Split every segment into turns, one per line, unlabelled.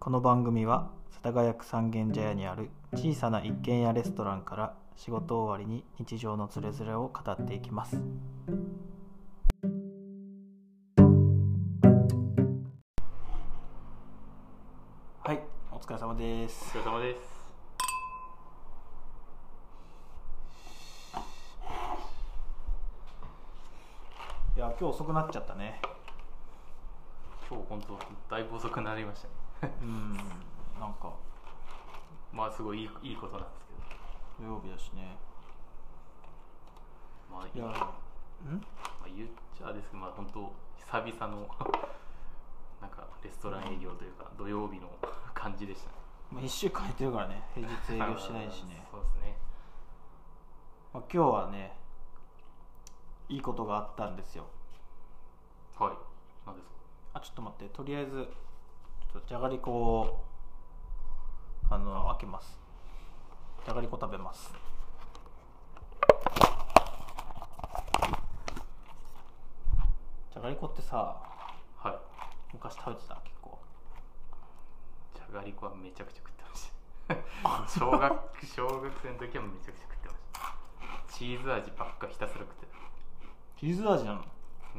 この番組は世田谷区三軒茶屋にある小さな一軒家レストランから仕事終わりに日常のつれづれを語っていきますはいお疲れ様で
お
す
疲れ様です。
いや今日遅くなっちゃったね
今日本当だいぶ遅くなりましたね。
うんなんか
まあすごいいいいいことなんですけ
土曜日だしね
ど、まあ
い
い
や
ま
うん
あ言っちゃあれですけど、まあ本当久々の なんかレストラン営業というか土曜日の感じでしたね。
まあ、1週間やってるからね平日営業してない しね
あーそうですね。
まあ、今日はねいいことがあったんですよ
はい。なんですか。
あちょっと待ってとりあえずちょっとじゃがりこをあの開けますじゃがりこ食べますじゃがりこってさ
はい。
昔食べてた結構
じゃがりこはめちゃくちゃ食って ました。小学小学生の時はめちゃくちゃ食ってました。チーズ味ばっかひたすら食ってた。
チーズ味なのへ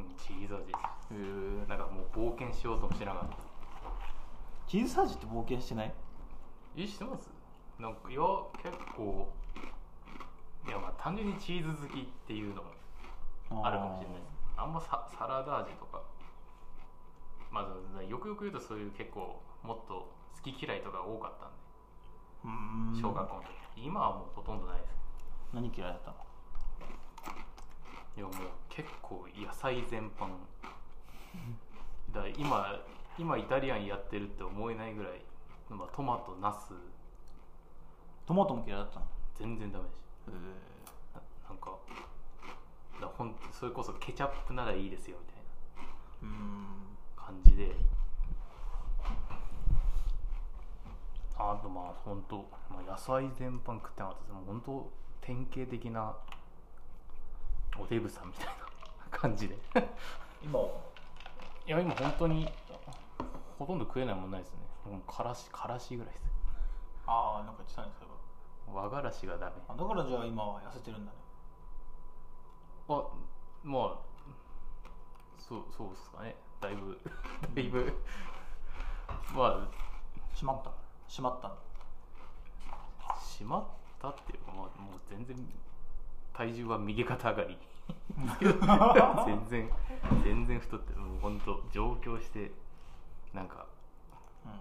うん、チーズ味です。
え
なんかもう冒険しようともしなかった。
チーズ味って冒険してない
えしてますなんかいや結構いやまあ単純にチーズ好きっていうのもあるかもしれないですあんまさサラダ味とかまあよくよく言うとそういう結構もっと好き嫌いとか多かったん
うーん
で小学校の時、今はもうほとんどないです
何嫌いだったの
いやもう結構野菜全般だから今今イタリアンやってるって思えないぐらい、まあ、トマトナス
トマトも嫌いだったのへ
全然ダメでした
え
ななんかだほんそれこそケチャップならいいですよみたいな
うーん
感じであとまあ本当、まあ、野菜全般食ってなかったですもう本当典型的なおデブさんみたいな感じで
今
いや今本当にほとんど食えないもんないですねもうからしからしぐらいです
ああなんか言ってたんですけど
和がらしがダメ
あだからじゃあ今は痩せてるんだね
あまあそうそうですかねだいぶだいぶ ま
しまったしまったの
あしまったっていうか、まあ、もう全然体重は右肩 上がり全然全然太ってもう本当上京してなんか
うん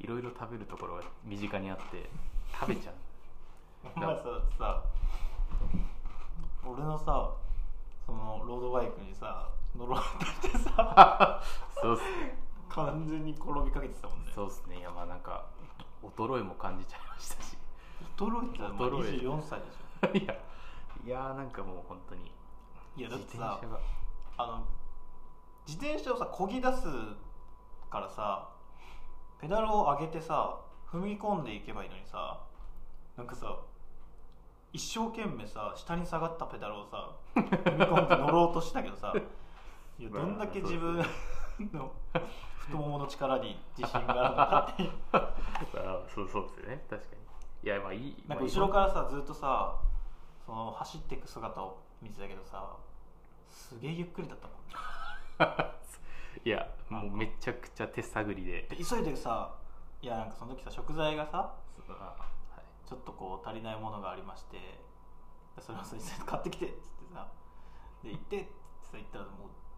いろいろ食べるところが身近にあって食べち ゃう
お前さだってさ俺のさそのロードバイクにさ乗ろうとしてさ
そうっすね
完全に転びかけてたもんね
そうっすねいやまあなんか衰えも感じちゃいましたし
衰えてたの
衰え
24歳でし
いやいやなんかもう本当
ょ
に
いやだって
自
さ
転車が
あの自転車をさ漕ぎ出すからさペダルを上げてさ踏み込んでいけばいいのにさなんかさ一生懸命さ下に下がったペダルをさ踏み込んで乗ろうとしたけどさいや
まあ
どんだけ自分
そう
の太ももの力に自信があるのか っていう
ああそうそうですよね確かにいやまあいい
なん
ま
か
あ
後ろからさずっとさその走っていく姿を見てたけどさすげえゆっくりだったもんね
いやもうめちゃくちゃ手探りで
で急いでさいやなんかその時さ食材がさ
あはい
ちょっとこう足りないものがありましてでそれをさ急いで買ってきてっつってさで行ってっつってさ行ったらもう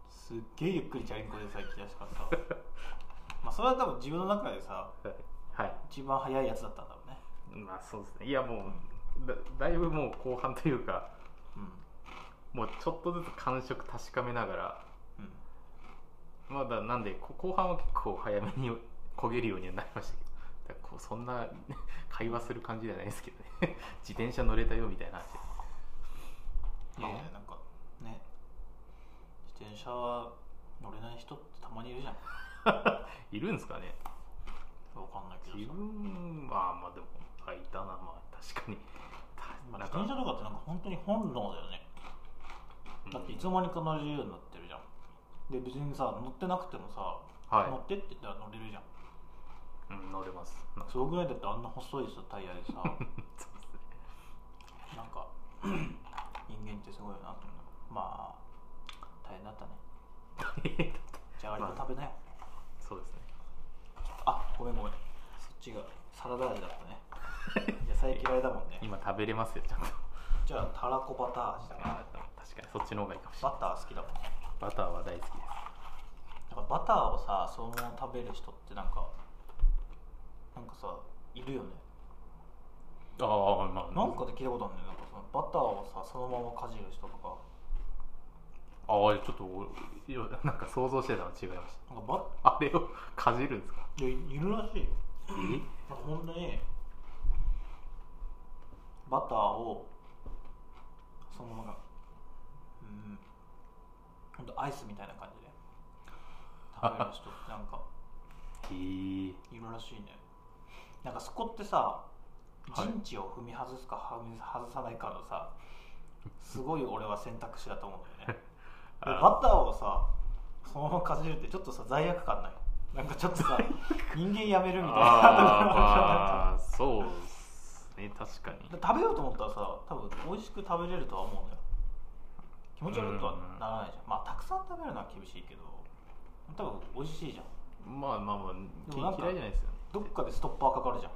すっげえゆっくりチャリンコでさ行き出したからさまあそれは多分自分の中でさ
はい、は
一番速いやつだったんだろうね
い、まあそうですねいやもうだだいぶもう後半というかもうちょっとずつ感触確かめながら
うんうん
まあだなんでこ後半は結構早めに焦げるようにはなりましたけどだからこうそんな会話する感じではないですけどね 自転車乗れたよみたいな話
いやいやなんかね自転車乗れない人ってたまにいるじゃん
いるんですかね
わかんないけど
自
さ、
分はまあでもあいたなまあ確かに
まあ、自転車とかってなんか本当に本能だよねだっていつの間にか乗れるようになってるじゃんで別にさ乗ってなくてもさ、
はい
乗ってって言ったら乗れるじゃん
うん乗れますなんか
そのぐらいだってあんな細いさタイヤで さ
そうですね
なんか 人間ってすごいよなと思うまあ大変だったねじゃがりこ食べなよ、
そうですね
あごめんごめんそっちがサラダ味だった ね野菜嫌いだもんね
今食べれますよちゃんと
じゃあたらこバター味だな
あー確かにそっちの方がいいかもしれ
バ
ない
ター好きだもんだ
バターは大好きです
からバターをさそのまま食べる人ってなんかなんかさいるよね
ああまあ
なんかで聞いたことあるねなんかそのバターをさそのままかじる人とか
ああちょっとおいやなんか想像してたの違いまし
なんかバ
たあれを かじるんですか
いやいるらしいよ
え
ほんとにバターをそのままうんほんとアイスみたいな感じで食べる人ってなんか
えー、
いるらしいねなんかそこってさ
はい
陣地を踏み外すかはみ外さないかのさすごい俺は選択肢だと思うんだよねで
あ
バターをさそのままかじるってちょっとさ罪悪感ないなんかちょっとさ人間やめるみたいな
あーまあそうですね確かに
で食べようと思ったらさ多分美味しく食べれるとは思うんだよ気持ち悪くはならないじゃん、まあたくさん食べるのは厳しいけど多分美味しいじゃん
まあまあまあ
で
き
もなんか
嫌いじゃないですよね
どっかでストッパーかかるじ ゃん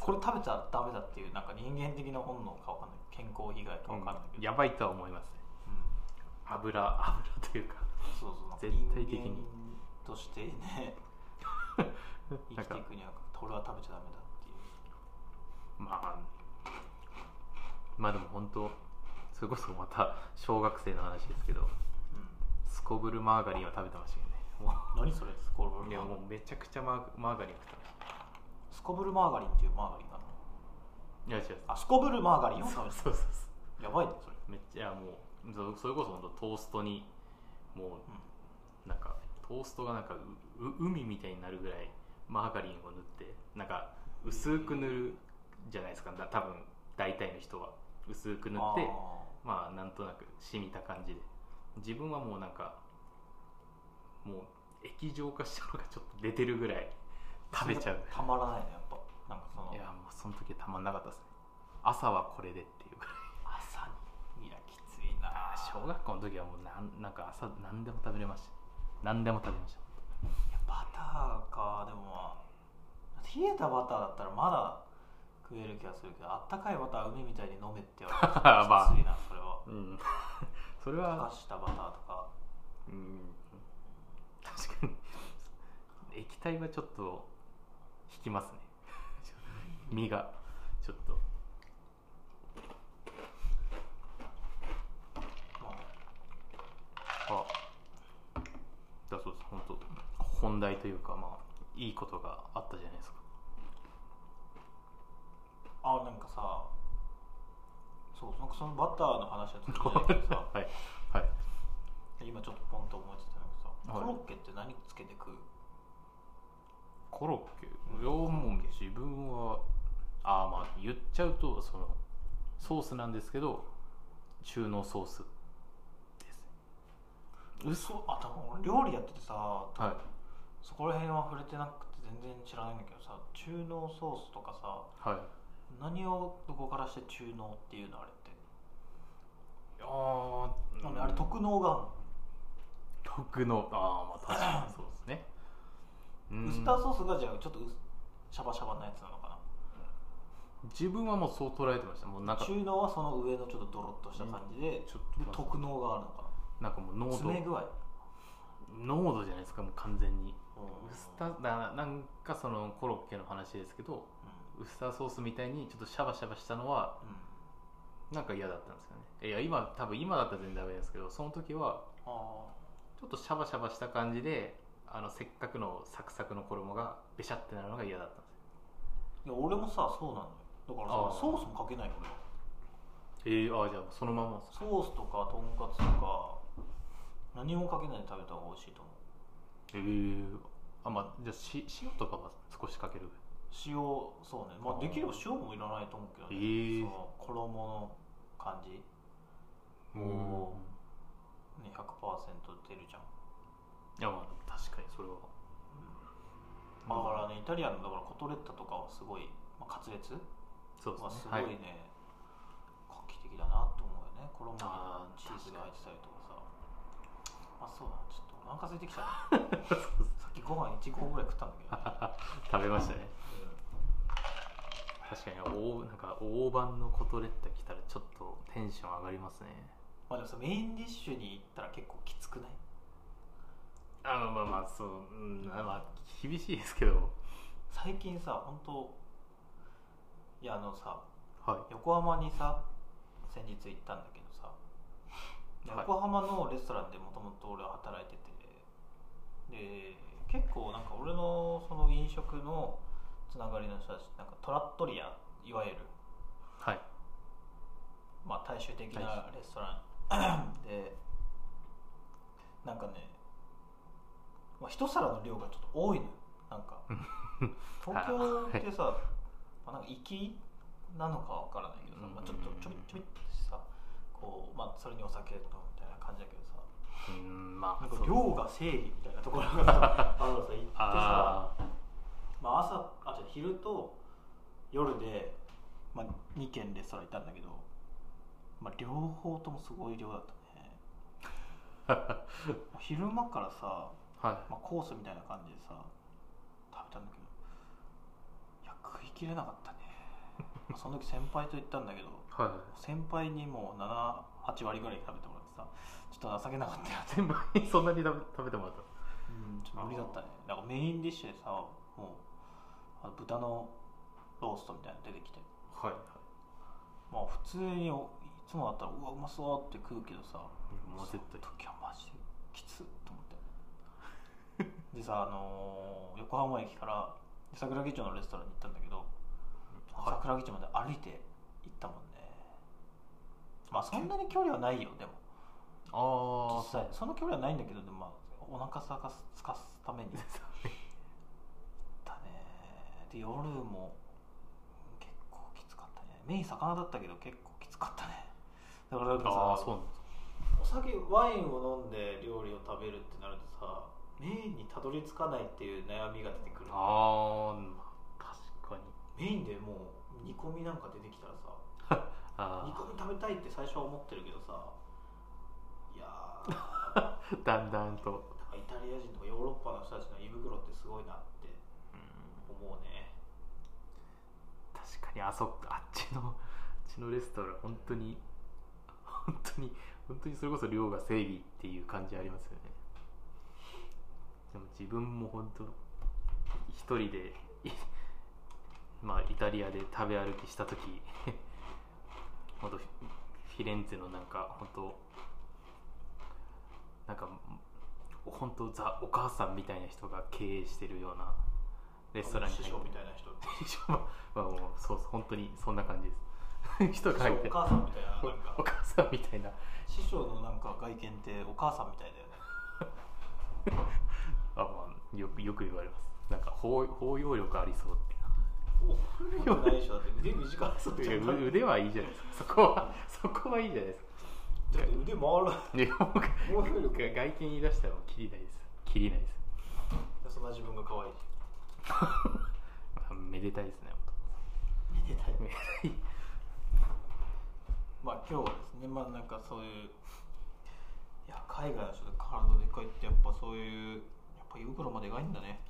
これ食べちゃダメだっていうなんか人間的な本能かわかんない健康被害かわかんないけど、
やばいとは思いますね
うん
油油というか
そうそうなんか
絶対的に
人間として ね生きていくにはこれは食べちゃダメだっていう
まあまあでも本当それこそまた小学生の話ですけど
う
すこぶるマーガリンは食べてましたけどね
ん、何それスコブ
もうい
ル
や
マーガ
も
リン
うめちゃくちゃマーマーガリン食ってまし
すこぶるマーガリンっていうマーガリンなの
たいや違う
あすこぶるマーガリンを食
そう
べて
そうそうそ
たやばいねそれ
うめっちゃいやもうそそれこそ本当トーストにも
うん
うなんかトーストがなんかうう海みたいになるぐらいマーガリンを塗ってなんか薄く塗るじゃないですかだ多分大体の人は薄く塗って
あ
まあなんとなく染みた感じで自分はもうなんかもう液状化したのがちょっと出てるぐらい
ー
食べちゃう
それたまらないねやっぱなんかその
いやもうその時はたまんなかったですね朝はこれでっていうぐらい
朝にいやきついな
あー小学校の時はもうなんなんか朝何でも食べれました何でも食べました
いやバターかでもまあ冷えたバターだったらまだ食える気がするけどあったかいバター海みたいに飲めって言われた
まあ
らきついなそれは
うんそれ
溶
は
かしたバターとか
うん確かに液体はちょっと引きます ね身がちょっと
まあ
あだそうです本当本題というかまあいいことがあったじゃないですか
あなんかさそうなんかそのバターの話はちょっと聞いてないけど さ
はいはい
今ちょっとポンと思いついたんだけどさ、
はい
コロッケって何つけて食う
コロッケいやもう自分はああまあ言っちゃうとそのソースなんですけど中濃ソース
嘘あ多分俺料理やっててさ、
はい
そこら辺は触れてなくて全然知らないんだけどさ中濃ソースとかさ
はい
何をどこからして中濃っていうのあれって、
あ
なんであれ特濃があ
特のああまあ確かにそうですねう
るの
ん
ウスターソースがじゃあちょっとうシャバシャバなやつなのか
自分はもうそう捉えてましたもうな
なん
か
中濃はその上のちょっとドロッとした感じで,、で
ちょっと待って
特濃があるのか
なんかもう
な
濃度
詰め具合、うん
濃度じゃないですかもう完全にウスタだなんかそのコロッケの話ですけどウスターソースみたいにちょっとシャバシャバしたのは
うん
なんか嫌だったんですよねいや今多分今だったら全然ダメですけどその時は
ああ
ちょっとシャバシャバした感じであのせっかくのサクサクの衣がべしゃってなるのが嫌だったんですよ
いや俺もさそうなのよだから
あー
さソースもかけないよ俺は
えー、ああじゃあそのまま
ソースとかとんかつとか何もかけないで食べた方が美味しいと思う
えー、あまあじゃあし塩とかは少しかける
塩そうねま
あ
あ
ー
できれば塩もいらないと思うけどね、
へえ
そう衣の感じ、ね、
も
100%出るじゃん
ういやまあ確かにそれは
だからねイタリアンのだからコトレッタとかはすごい、まあ、カツレツ
そうです
は
ね
すご
はいい
ね、画期的だなと思うよね衣に
あー
チーズが入ってたりとかさあそうだなちょっとお腹空いて きちゃったさっきご飯1個ぐらい食ったんだけど、
食べましたね確かに大なんか大判のコトレッタ来たらちょっとテンション上がりますね
まあでもさメインディッシュに行ったら結構きつくない
あのまあまあそう、うん、まあ厳しいですけど
最近さ本当いやあのさ
はい
横浜にさ先日行ったんだけどさ、
はい
横浜のレストランでもともと俺は働いててで結構なんか俺のその飲食のつながりの人たちなんかトラットリアいわゆる、
はい
まあ、大衆的なレストラン でなんかね、まあ、一皿の量がちょっと多いのよなんか東京ってさ、まあ、なんか粋なのかわからないけどさ、まあ、ちょっとちょいちょいってさこう、まあ、それにお酒とみたいな感じだけどさ
うんまあ
なんか
そう
量が正義みたいなところが さあのさ行ってさ
ああ
まあ、朝あじゃあ昼と夜で、まあ、2軒レストラン行ったんだけど、まあ、両方ともすごい量だ ったね昼間からさ、
は
まあ、コースみたいな感じでさ食べたんだけどいや食いきれなかっ たねまあその時先輩と行ったんだけど
いはい
先輩にもう78割ぐらい食べてもらってさちょっと情けなかったよ
全部に そんなに食べ食べてもらった
うん、ちょっと無理だったねなんかメインディッシュでさもうあの豚のローストみたいなの出てきて
はい
まあ普通においつもだったらうわうまそうって食うけどさ
もう絶対
その時はマジできつっと思ってでさあのー横浜駅から桜木町のレストランに行ったんだけど、
は
桜木町まで歩いて行ったもんねまあそんなに距離はないよでも
いあ
実際その距離はないんだけどでも、まあ、お腹さかすかすた めにだねで夜も結構きつかったねメイン魚だったけど結構きつかったねだからなんか
ああ
さ
そうなんですか
お酒ワインを飲んで料理を食べるってなるとさメインにたどり着かないっていう悩みが出てくる
あーまあ確かに
メインでもう煮込みなんか出てきたらさ煮
あ
込み食べたいって最初は思ってるけどさいやー
あだんだんと
なんかイタリア人とかヨーロッパの人たちの胃袋ってすごいなって思うね
確かにあそあっちのあっちのレストラン本当に本当に本当にそれこそ量が正義っていう感じありますよねでも自分も本当一人でいまあイタリアで食べ歩きした時本当フィレンツェのなんか本当なんか本当ザお母さんみたいな人が経営してるようなレストランに
師
入って
匠みたいな人
まあまあもうそうそう本当にそんな感じです人が入って
お母さんみたいななんか
お母さんみたいな
師匠のなんか外見ってお母さんみたいだよね
あ、まあ、よくよく言われますなんか包包容力ありそうって
おないでしょだって腕短そう
い
じゃ
や
んだっ
う腕はいいじゃないですかそこはそこはいいじゃないですか
て腕回ら
いや僕が
ないもう一 人
外見言い出したらもう切りないです切りないです
そんな自分が可愛い
あめでたいですね
めでたい
本当に
まあ今日はですねまあなんかそういういや海外の人で体でかいってやっぱそういうやっぱ胃袋までがいいんだね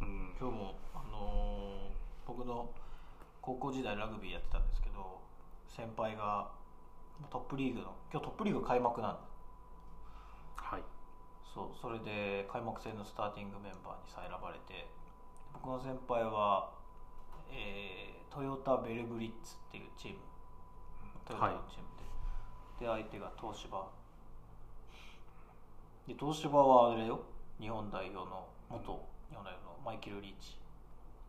うん
今日もあのー僕の高校時代ラグビーやってたんですけど先輩がトップリーグの今日トップリーグ開幕なんで
はい
そうそれで開幕戦のスターティングメンバーにさ選ばれて僕の先輩は、えートヨタベルブリッツっていうチームトヨタのチームで、で相手が東芝で東芝はあれよ日本代表の元日本代表のマイケル・リーチ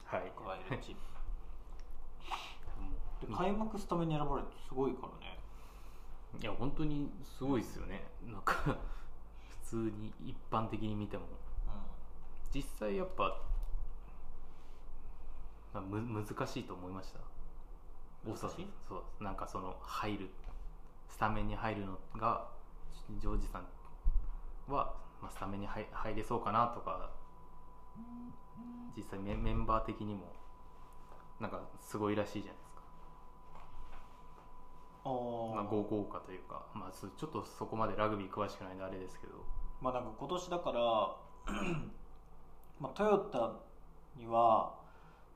はい
がいるチーム
も
で開幕スタメンに選ばれるってすごいからね
ういや本当にすごいですよねなんか普通に一般的に見ても実際やっぱまあむ難しいと思いました
難しい
そうそうなんかその入るスタメンに入るのがジョージさんは、まあ、スタメンに入入れそうかなとか実際メメンバー的にもなんかすごいらしいじゃないですか、
あー
まあ、豪豪華というか、まあ、すちょっとそこまでラグビー詳しくないんであれですけど
まあなんか今年だから、 まあ、トヨタには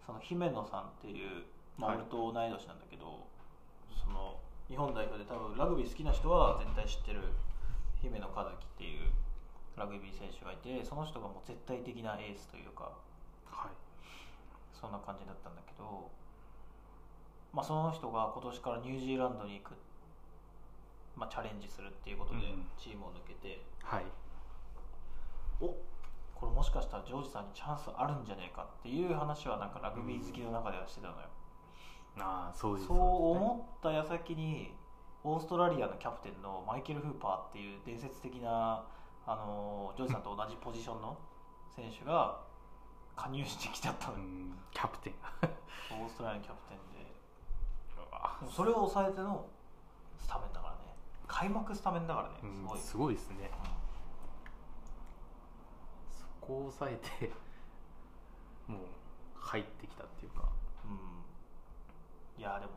その姫野さんっていう、まあ、
はい
俺と同い年なんだけど、その日本代表で多分ラグビー好きな人は絶対知ってる姫野和樹っていうラグビー選手がいてその人がもう絶対的なエースというか
はい
そんな感じだったんだけど、まあ、その人が今年からニュージーランドに行く、まあ、チャレンジするっていうことで
うん
チームを抜けて。
はい
おこれもしかしたらジョージさんにチャンスあるんじゃねえかっていう話はなんかラグビー好きの中ではしてたのよ、
ああそうです
そう思った矢先にオーストラリアのキャプテンのマイケル・フーパーっていう伝説的な、あのージョージさんと同じポジションの選手が加入してきちゃったの
う
よ、
んキャプテンが
オーストラリアのキャプテンで
うわ
でもそれを抑えてのスタメンだからね開幕スタメンだからね
う
すごい、
んすごいですねそこを抑えてもう入ってきたっていうか
うんいやでも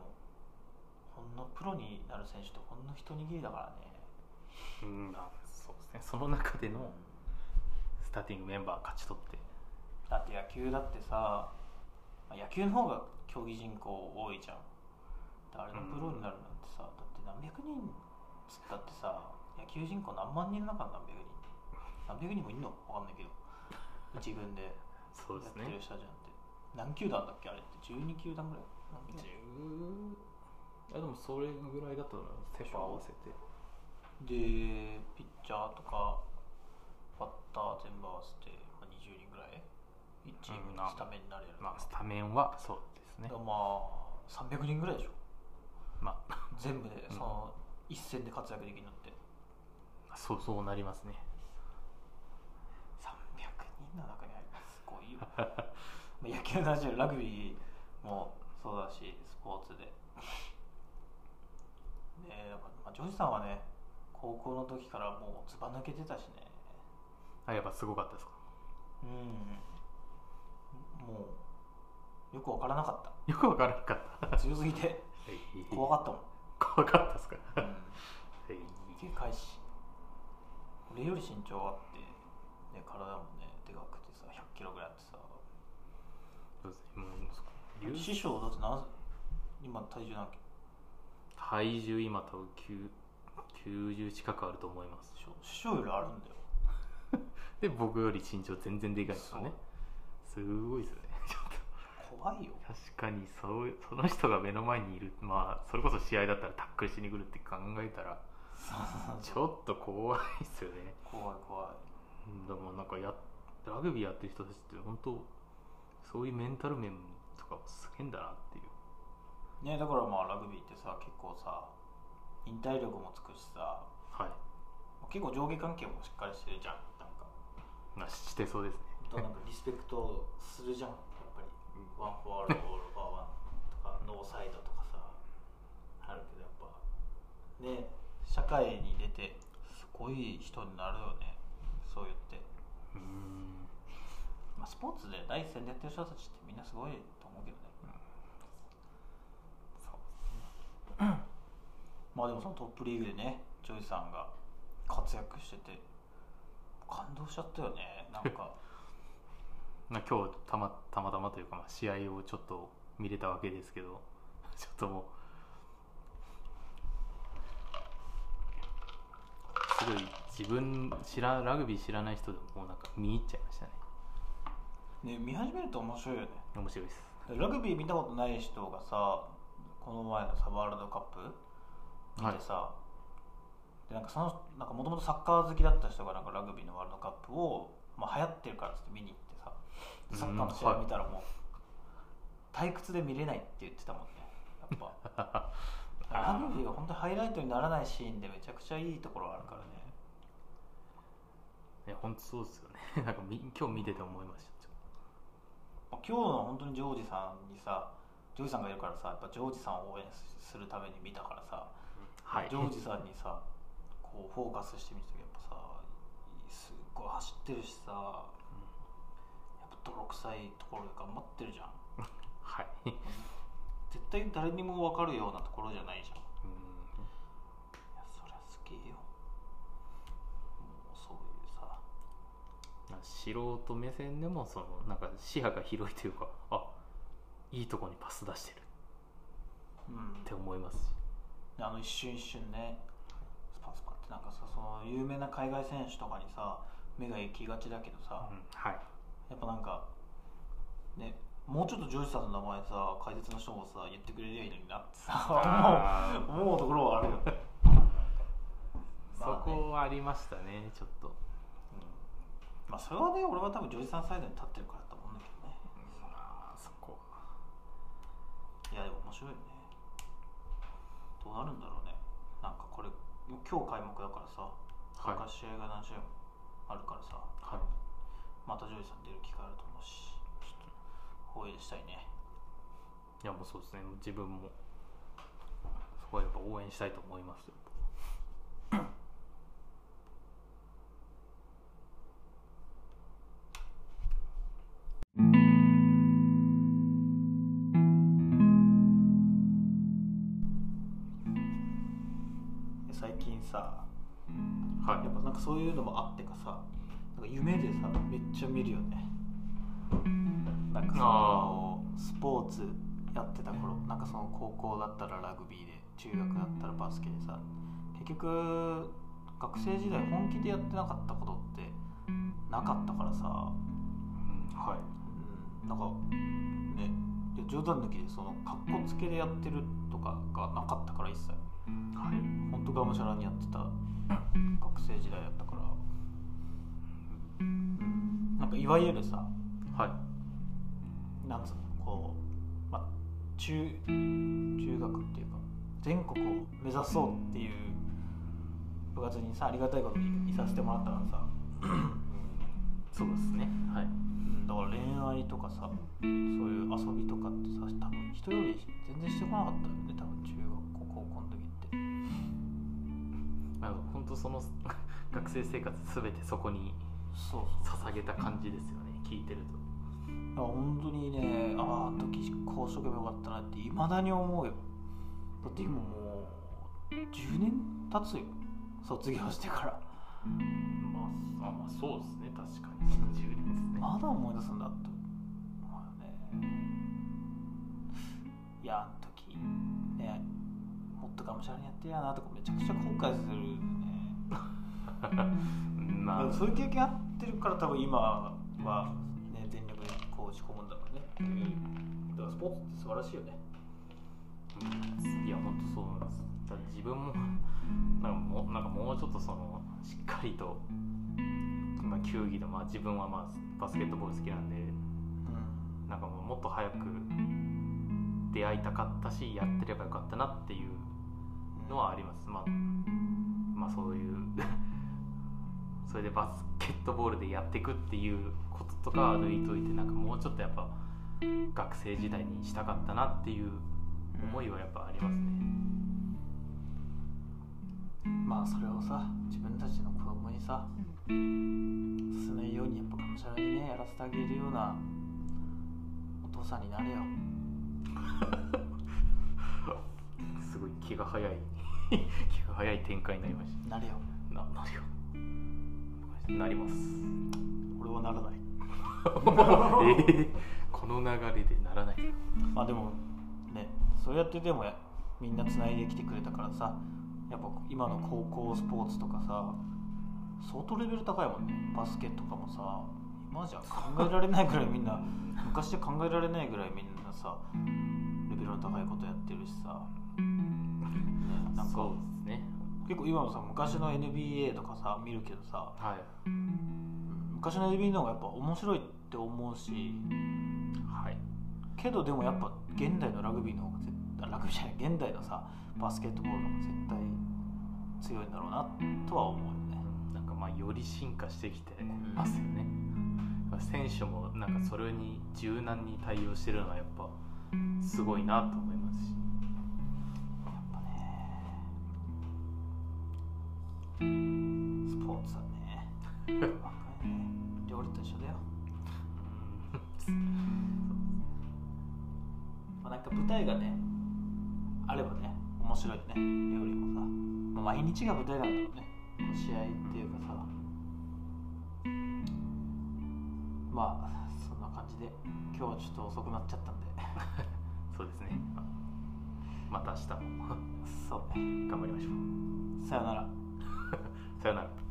ほんのプロになる選手ってほんの一握りだからね
うんあそうですねその中でのスターティングメンバー勝ち取って
だって野球だってさまあ野球の方が競技人口多いじゃんであれのプロになるなんてさ、だって何百人っつったってさ野球人口何万人の中の何百人何百人もいんの分かんないけど自分でや
そうです
ってる
ね
人たちなんて、何球団だっけあれって12球団ぐらい何球団
あでもそれぐらいだと思います手を合わせて
でピッチャーとかバッター全部合わせて、まあ、20人ぐらい1チームにスタメンになれる、
まあスタメンはそうですね
だからまあ300人ぐらいでしょ
まあ
全部で
うん
その一戦で活躍できるのって
そうそうなりますね
300人の中に入るすごいよまあ野球の話より ラグビーもそうだしスポーツでねえだからまあジョージさんはね高校の時からもうずば抜けてたしね
あやっぱすごかったですか
う んもうよく分からなかっ
よくわからなかった
た強すぎて怖かったもん
怖かったですか、 え
でかいし俺より身長あって、ね、体もねでかくてさ1 0 0キロぐらいあってさ
そうですねもう
師匠だってな今体重なんだっけ
体重今多分90近くあると思います
師匠師匠よりあるんだよ
で僕より身長全然でかいですからねすごいですねちょっと
怖いよ
確かにそうその人が目の前にいるまあそれこそ試合だったらタックルしに来るって考えたらちょっと怖いですよね
怖い怖い
でもなんかやラグビーやってる人たちって本当そういうメンタル面とかもすげえんだなっていう
ねだからまあラグビーってさ結構さ忍耐力もつくしさ
はい
結構上下関係もしっかりしてるじゃんなんか
なしてそうですね
となんかリスペクトするじゃんやっぱりワンフォーアールオールフォーワンとかノーサイドとかさあるけどやっぱね社会に出てすごい人になるよねそう言って、
うーん
まあ、スポーツで第一線でやってる人たちってみんなすごいと思うけどね
そう
まあでもそのトップリーグでねジョイさんが活躍してて感動しちゃったよねなんか
まあ、今日たまたまたまというか、まあ、試合をちょっと見れたわけですけど ちょっともうすごい自分知らラグビー知らない人でももうなんか見入っちゃいましたね
ね見始めると面白いよね
面白いです
ラグビー見たことない人がさこの前のさワールドカップ見てさ、でなんかそのなんかもともとサッカー好きだった人がなんかラグビーのワールドカップを、まあ、流行ってるからっつって見に行ってさサッカーの試合見たらもう退屈で見れないって言ってたもんねやっぱラグビーは本当にハイライトにならないシーンでめちゃくちゃいいところがあるからね
ね本当そうですよね なんかみ今日見てて思いましたちょ
まあ今日の本当にジョージさんにさジョージさんがいるからさやっぱジョージさんを応援するために見たからさ
はい
ジョージさんにさこうフォーカスしてみた時やっぱさすっごい走ってるしさやっ泥臭いところで頑張ってるじゃん
はい
絶対誰にも分かるようなところじゃないじゃんい
うん
やそりゃすげえよもうそういうさ
素人目線でもそのなんか視野が広いというかあいいとこにパス出してる
うん
って思いますし
あの一瞬一瞬ねスパスパってなんかさその有名な海外選手とかにさ目が行きがちだけどさ、
うんはい
やっぱなんかねもうちょっとジョージさんの名前さ解説の人もさ言ってくれりゃいいのになってさ
あー
思う思うところはあるよねまあね
そこはありましたねちょっと、
まあそれはね俺は多分ジョージさんサイドに立ってるからだと思うんだけどね
まあそこ
いやでも面白いよねどうなるんだろうねなんかこれ今日開幕だからさ
はい
他試合が何試合もあるからさ
はい
またジョージさん出る機会あると思うしちょっと放映したいね
いやもうそうですね自分もそこはやっぱ応援したいと思いますよ
最近さ
はい
やっぱなんかそういうのもあってかさなんか夢でさめっちゃ見るよねなんかそのスポーツやってた頃なんかその高校だったらラグビーで中学だったらバスケでさ結局学生時代本気でやってなかったことってなかったからさ、
うんはい
うん、なんかねで冗談抜きでそのかっこつけでやってるとかがなかったから一切
はい
本当がむしゃらにやってた学生時代だったからなんかいわゆるさ
はい
なんつうのこう、まあ、中中学っていうか全国を目指そうっていう部活にさありがたいことにいさせてもらったからさ、
そうですねはい
うんだから恋愛とかさそういう遊びとかってさ多分人より全然してこなかったよね多分中学校高校の時って。
なんか本当その 学生生活すべてそこに
そう
捧げた感じですよね聞いてると
いや本当にねあああの時こうしとけばよかったなっていまだに思うよだって今もう10年経つよ卒業してから
まあ、あまあそうですね確かに10年です ね
まだ思い出すんだって思うよねいやあの時ねもっとがむしゃらにやってりゃなとかめちゃくちゃ後悔するよね
うんま
で
あ
もそういう経験あってるから多分今は、ね、全力でこう打ち込むんだろうねだからスポーツって素晴らしいよね
いや本当そうなんですだから自分もなんかもうなんかもうちょっとそのしっかりと、まあ、球技で、まあ、自分は、まあ、バスケットボール好きなんで
うん
なんかもうもっと早く出会いたかったしやってればよかったなっていうのはあります、まあ、まあそういう それでバスケットボールでやっていくっていうこととかは抜いといてなんかもうちょっとやっぱ学生時代にしたかったなっていう思いはやっぱありますね、
まあそれをさ自分たちの子供にさ進さないようにやっぱがむしゃらにねやらせてあげるようなお父さんになれよ
すごい気が早い 気が早い展開になりまし
なれよ
たななるよなります
俺はならない
えーこの流れでならない
まあでもねそうやってでもやみんなつないできてくれたからさやっぱ今の高校スポーツとかさ相当レベル高いもんねバスケとかもさ今じゃ考えられないぐらいみんな昔じゃ考えられないぐらいみんなさレベルの高いことやってるしさ、ね、なんか
そうですね
結構今もさ昔の NBA とかさ見るけどさ
はい
昔の NBA の方がやっぱ面白いって思うし
はい
けどでもやっぱ現代のラグビーの方が絶対ラグビーじゃない現代のさバスケットボールの方が絶対強いんだろうなとは思うよね
なんかまあより進化してきて
ん
ますよね、選手もなんかそれに柔軟に対応してるのはやっぱすごいなと思いますし
やっぱねスポーツはね若いね料理と一緒だよ
うん
台がねあればね面白いね料理もさ、まあ毎日が舞台なんだろうねこう試合っていうかさまあそんな感じで今日はちょっと遅くなっちゃったんで
そうですねまた明日も
そうね
頑張りましょう
さよなら
さよなら